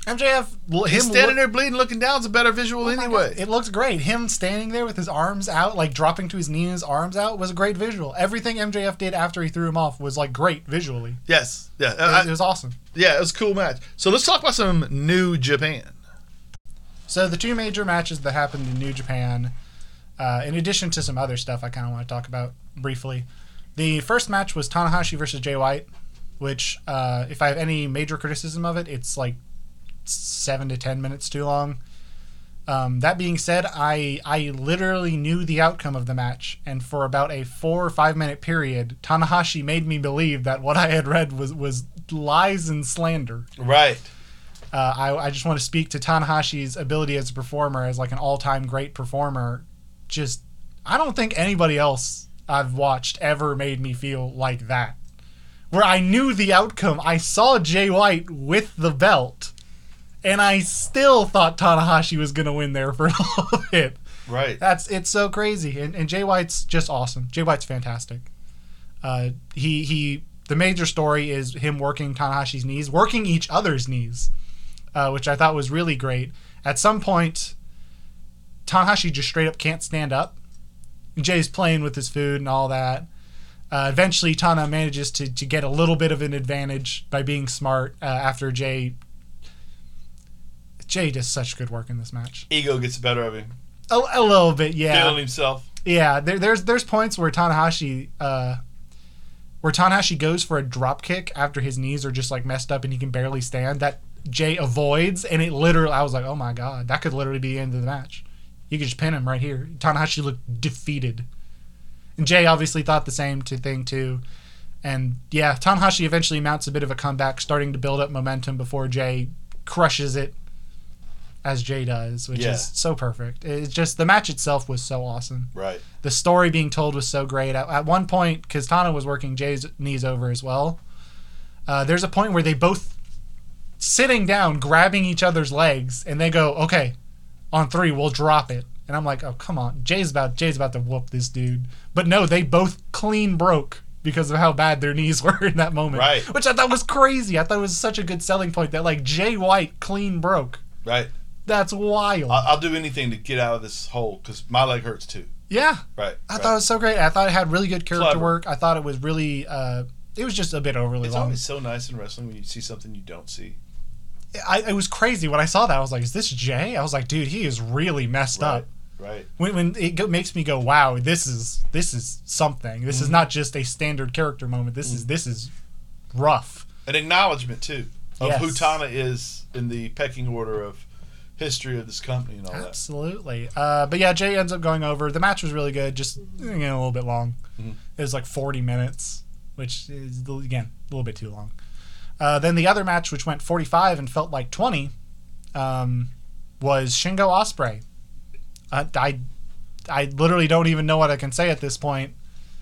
MJF l-
Him
him
standing
look-
there bleeding, looking down is a better visual
Oh my
anyway.
God, It looked great. Him standing there with his arms out, like dropping to his knees, arms out, was a great visual. Everything MJF did after he threw him off was like great visually.
yes, yeah,
It,
uh, I-
it was awesome.
yeah. It was a cool match. So let's talk about some New Japan.
So the two major matches that happened in New Japan, uh, in addition to some other stuff I kind of want to talk about briefly. The first match was Tanahashi versus Jay White, which uh, if I have any major criticism of it, it's like seven to ten minutes too long. Um, that being said, I I literally knew the outcome of the match, and for about a four or five minute period, Tanahashi made me believe that what I had read was was lies and slander.
Right.
Uh, I, I just want to speak to Tanahashi's ability as a performer, as like an all-time great performer. Just, I don't think anybody else I've watched ever made me feel like that. Where I knew the outcome, I saw Jay White with the belt, and I still thought Tanahashi was gonna win there for a little bit.
Right.
That's it's so crazy, and and Jay White's just awesome. Jay White's fantastic. Uh, he he. The major story is him working Tanahashi's knees, working each other's knees, uh, which I thought was really great. At some point, Tanahashi just straight up can't stand up. Jay's playing with his food and all that. Uh, eventually, Tana manages to, to get a little bit of an advantage by being smart uh, after Jay. Jay does such good work in this match.
Ego gets the better of him.
A, a little bit, yeah.
Feeling himself.
Yeah, there, there's there's points where Tanahashi uh, where Tanahashi goes for a drop kick after his knees are just like messed up and he can barely stand. That Jay avoids, and it literally I was like, oh my god, that could literally be the end of the match. You could just pin him right here. Tanahashi looked defeated, and Jay obviously thought the same to thing too. And yeah, Tanahashi eventually mounts a bit of a comeback, starting to build up momentum before Jay crushes it, as Jay does, which
Yeah.
is so perfect. It's just the match itself was so awesome
Right.
the story being told was so great. At, at one point, because Tana was working Jay's knees over as well, uh, there's a point where they both sitting down, grabbing each other's legs, and they go, "Okay, on three, we'll drop it." And I'm like, "Oh, come on, Jay's about Jay's about to whoop this dude." But no, they both clean broke because of how bad their knees were in that moment,
Right.
which I thought was crazy. I thought it was such a good selling point that like Jay White clean broke.
Right.
That's wild.
I'll, I'll do anything to get out of this hole because my leg hurts too.
yeah.
Right.
I
right.
thought it was so great. I thought it had really good character
Clever.
work. I thought it was really. Uh, it was just a bit overly
it's
long.
always so nice in wrestling when you see something you don't see.
I, it was crazy when I saw that. I was like, "Is this Jay?" I was like, "Dude, he is really messed up."
Right.
When, when it go, makes me go, "Wow, this is this is something. This
Mm-hmm.
is not just a standard character moment. This is this is rough."
An acknowledgement too of who
Yes.
Tana is in the pecking order of history of this company and all that.
Absolutely. Uh, but yeah, Jay ends up going over. The match was really good, just you know, a little bit long.
Mhm.
It was like 40 minutes, which is, again, a little bit too long. Uh, then the other match, which went 45 and felt like 20, um, was Shingo Osprey. Uh, I, I literally don't even know what I can say at this point.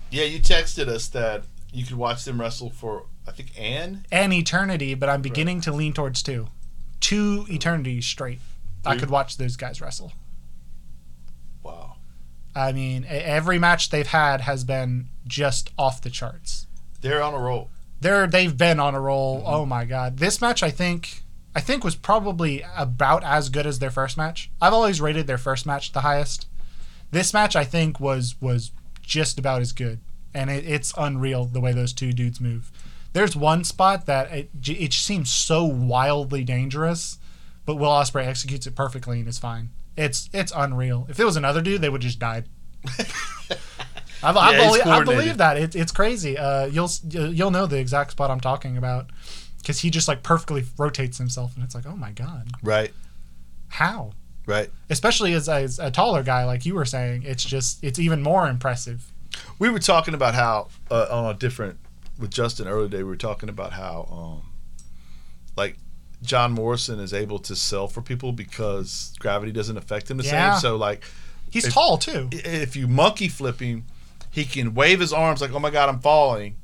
Yeah, you texted us that you could watch them wrestle for I think Anne.
An eternity, but I'm beginning to lean towards two. Two eternities straight. I
Dude.
could watch those guys wrestle.
Wow.
I mean, e- every match they've had has been just off the charts.
They're on a roll.
They're they've been on a roll. Oh my god. This match I think I think was probably about as good as their first match. I've always rated their first match the highest. This match I think was was just about as good. And it, it's unreal the way those two dudes move. There's one spot that it, j- it seems so wildly dangerous, but Will Osprey executes it perfectly and is fine. It's it's unreal. If it was another dude, they would just died. I've, I,
Yeah, he's
believe, I
coordinated.
believe that it, it's crazy. Uh, you'll s- you'll know the exact spot I'm talking about because he just like perfectly rotates himself, and it's like, oh my god,
Right.
how?
Right.
Especially as, as a taller guy, like you were saying, it's just it's even more impressive.
We were talking about how uh, on a different with Justin earlier today. We were talking about how um, like John Morrison is able to sell for people because gravity doesn't affect him the
Yeah.
same. So like
He's
If-
tall too.
i- if you monkey flip him, he can wave his arms like oh my god I'm falling,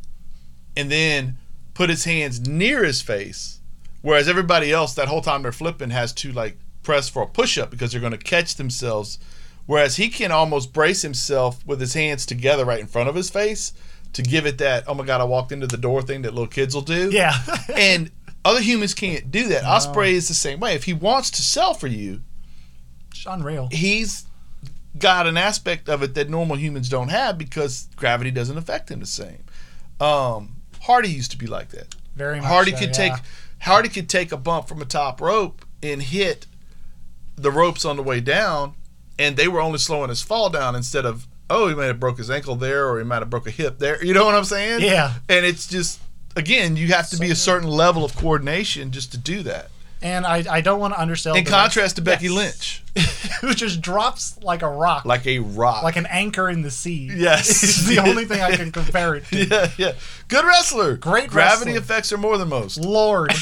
and then put his hands near his face. Whereas everybody else that whole time they're flipping has to like press for a push up because they're going to catch themselves. Whereas he can almost brace himself with his hands together right in front of his face to give it that oh my god I walked into the door thing that little kids will do
Yeah,
and other humans can't do that. Osprey is the same way. If he wants to sell for you,
It's unreal.
he's got an aspect of it that normal humans don't have because gravity doesn't affect him the same. Um, Hardy used to be like that.
Very much.
Hardy
so,
could
yeah.
take Hardy could take a bump from a top rope and hit the ropes on the way down, and they were only slowing his fall down instead of oh he might have broke his ankle there or he might have broke a hip there. You know what I'm saying?
Yeah.
And it's just again you have to be a certain level of coordination just to do that.
And I, I don't want to undersell.
In
the-
contrast to Becky
Yes.
Lynch,
who just drops like a rock, like,
like a rock,
an anchor in the sea.
Yes.
it's the only thing I can compare it to.
yeah, yeah. Good wrestler.
Great
Gravity
wrestler.
affects her more than most.
Lord.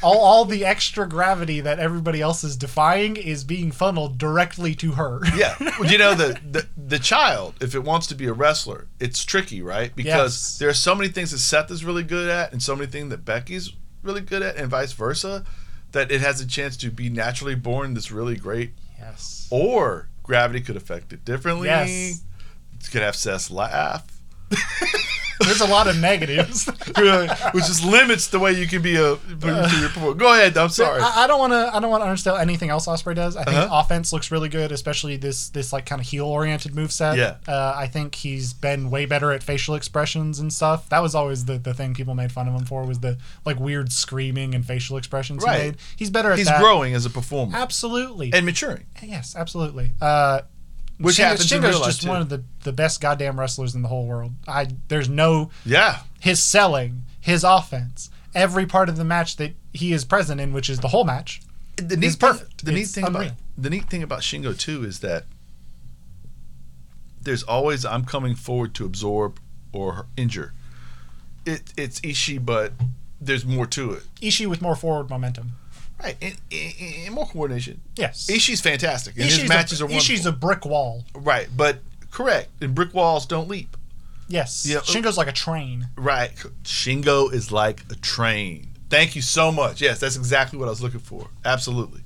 all, all the extra gravity that everybody else is defying is being funneled directly to her.
Yeah. Well, you know the, the the child, if it wants to be a wrestler, it's tricky, right? Because
Yes.
there are so many things that Seth is really good at, and so many things that Becky's really good at, and vice versa. that it has a chance to be naturally born that's really great,
Yes.
or gravity could affect it differently.
Yes.
It could have Seth's laugh,
There's a lot of negatives.
really, which just limits the way you can be a. to your perform- Go ahead. I'm sorry.
I, I don't want to. I don't want to undersell anything else Osprey does. I think
Uh-huh.
offense looks really good, especially this this like kind of heel oriented moveset.
Yeah.
Uh, I think he's been way better at facial expressions and stuff. That was always the, the thing people made fun of him for was the like weird screaming and facial expressions
Right.
he made. He's better at
He's
that.
growing as a performer
Absolutely.
and maturing,
yes, absolutely. Uh,
which
Shingo-
happens in
Shingo's
real life
just
too.
one of the, the best goddamn wrestlers in the whole world. I there's no
yeah.
his selling, his offense, every part of the match that he is present in, which is the whole match.
the neat
It's perfect.
Thing, the neat
It's
thing about
unreal.
the neat thing about Shingo too is that there's always I'm coming forward to absorb or injure. It it's Ishii, but there's more to it.
Ishii with more forward momentum.
Right, and, and, and more coordination.
Yes.
Ishii's fantastic, and
Ishii's
his matches
a,
are wonderful.
Ishii's a brick wall.
right, but correct. And brick walls don't leap.
Yes.
Yeah. uh,
Shingo's like a train.
Right, Shingo is like a train. Thank you so much. Yes, that's exactly what I was looking for. Absolutely.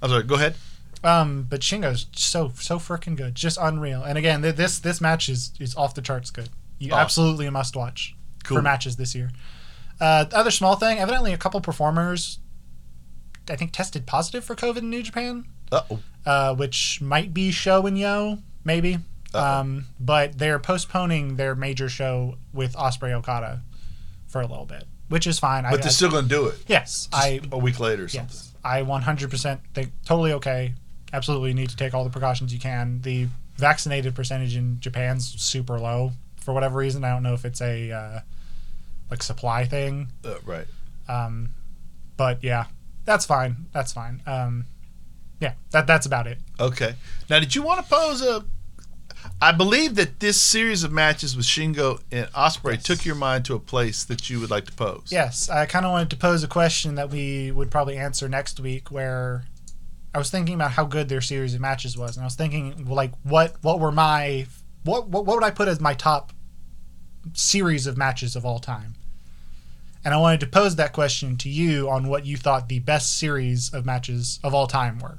I'm sorry. Go ahead.
Um, but Shingo's so so freaking good, just unreal. And again, th- this this match is is off the charts good. You
Awesome.
absolutely must watch
Cool.
for matches this year. Uh, the other small thing, evidently a couple performers, I think tested positive for COVID in New Japan,
Uh oh.
uh, which might be Show and Yo, maybe. Um, but they're postponing their major show with Osprey Okada for a little bit, which is fine. I,
But
I,
they're still gonna do it.
yes, I
a week later or something.
Yes, I 100% think totally okay. Absolutely need to take all the precautions you can. The vaccinated percentage in Japan's super low for whatever reason. I don't know if it's a uh, like supply thing,
Uh, right.
um, but yeah, that's fine. That's fine. Um, yeah, that that's about it.
Okay. Now, did you want to pose a? I believe that this series of matches with Shingo and Osprey took your mind to a place that you would like to pose.
Yes, I kind of wanted to pose a question that we would probably answer next week where I was thinking about how good their series of matches was and I was thinking well, like what what were my what what, what would I put as my top series of matches of all time? And I wanted to pose that question to you on what you thought the best series of matches of all time were.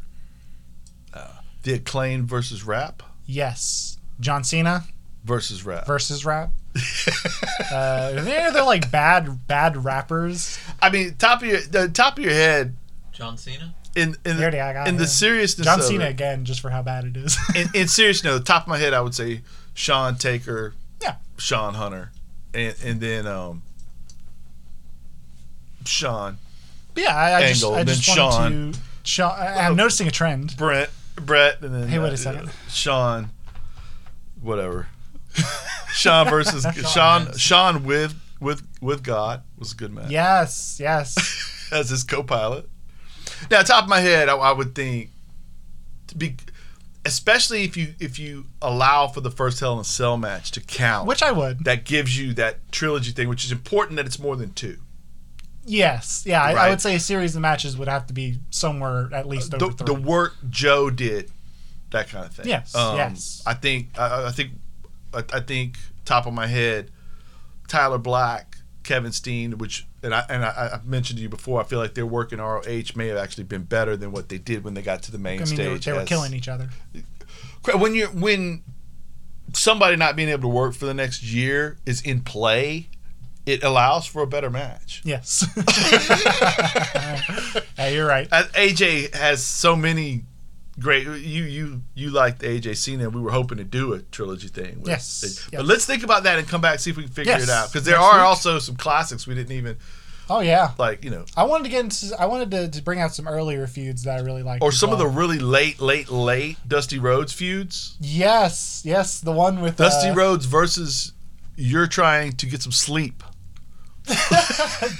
The acclaim versus rap
Yes, John Cena
versus rap.
versus rap. uh, they're, they're like bad bad rappers.
I mean, top of your the top of your head
John Cena?
in in,
There it is, I got
in the
it.
seriousness.
John
of
Cena
it,
again, just for how bad it is.
In, in serious note, top of my head, I would say Sean Taker.
Yeah.
Sean Hunter, and and then um. Sean
But yeah, I, I just,
Angle,
I
then
just wanted to. Sean, I, I'm noticing a trend.
Brett, Brett, and then uh,
Hey, wait a second.
Sean, whatever. Sean versus Sean, Sean,
Mendes.
with with with God was a good match
Yes, yes.
as his co-pilot. Now, top of my head, I, I would think to be, especially if you if you allow for the first Hell in a Cell match to count,
Which I would.
that gives you that trilogy thing, which is important that it's more than two.
Yes, yeah. I, I
Right. Uh,
would say a series of matches would have to be somewhere at least over
the,
three.
the work Joe did, that kind of thing. Um,
Yes, yes.
I think I, I think I, I think top of my head, Tyler Black, Kevin Steen, which and I and I, I mentioned to you before. I feel like their work in ROH may have actually been better than what they did when they got to the main
I mean,
stage.
they were, they were
as-
killing each other.
Cra- when you when somebody not being able to work for the next year is in play. It allows for a better match.
Yes. yeah, you're right.
Uh, AJ has so many great. You you you liked AJ Cena. We were hoping to do a trilogy thing. With
Yes,
it.
yes.
But let's think about that and come back and see if we can figure
Yes,
it out because there
next
are
week.
also some classics we didn't even
Oh yeah.
like. You know,
I wanted to get into. I wanted to, to bring out some earlier feuds that I really liked.
or
as
some of the
well.
really late, late, late Dusty Rhodes feuds.
Yes, yes. The one with
Dusty
uh,
Rhodes versus you're trying to get some sleep.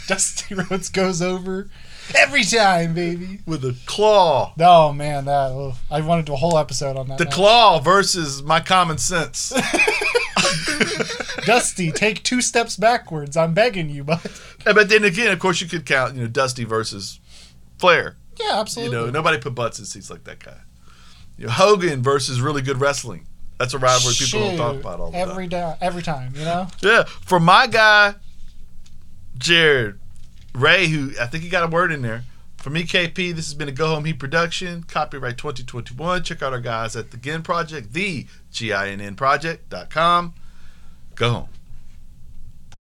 Dusty Rhodes goes over every time, baby.
With a claw,
Oh man, that oh, I wanted to do a whole episode on that.
the
match.
claw versus my common sense.
Dusty, take two steps backwards. I'm begging you, but
but then again, of course, you could count, you know, Dusty versus Flair.
yeah,
You
absolutely.
know, nobody put butts in seats like that guy. You know, Hogan versus really good wrestling. That's a rivalry people don't talk
Shoot,
about all the
every down, every time. You know,
time. Yeah, for my guy, Jared Ray, who I think he got a word in there. For me, KP, this has been a Go Home Heat production. Copyright 2021. Check out our guys at the GIN Project, the G-I-N-N project.com. Go home.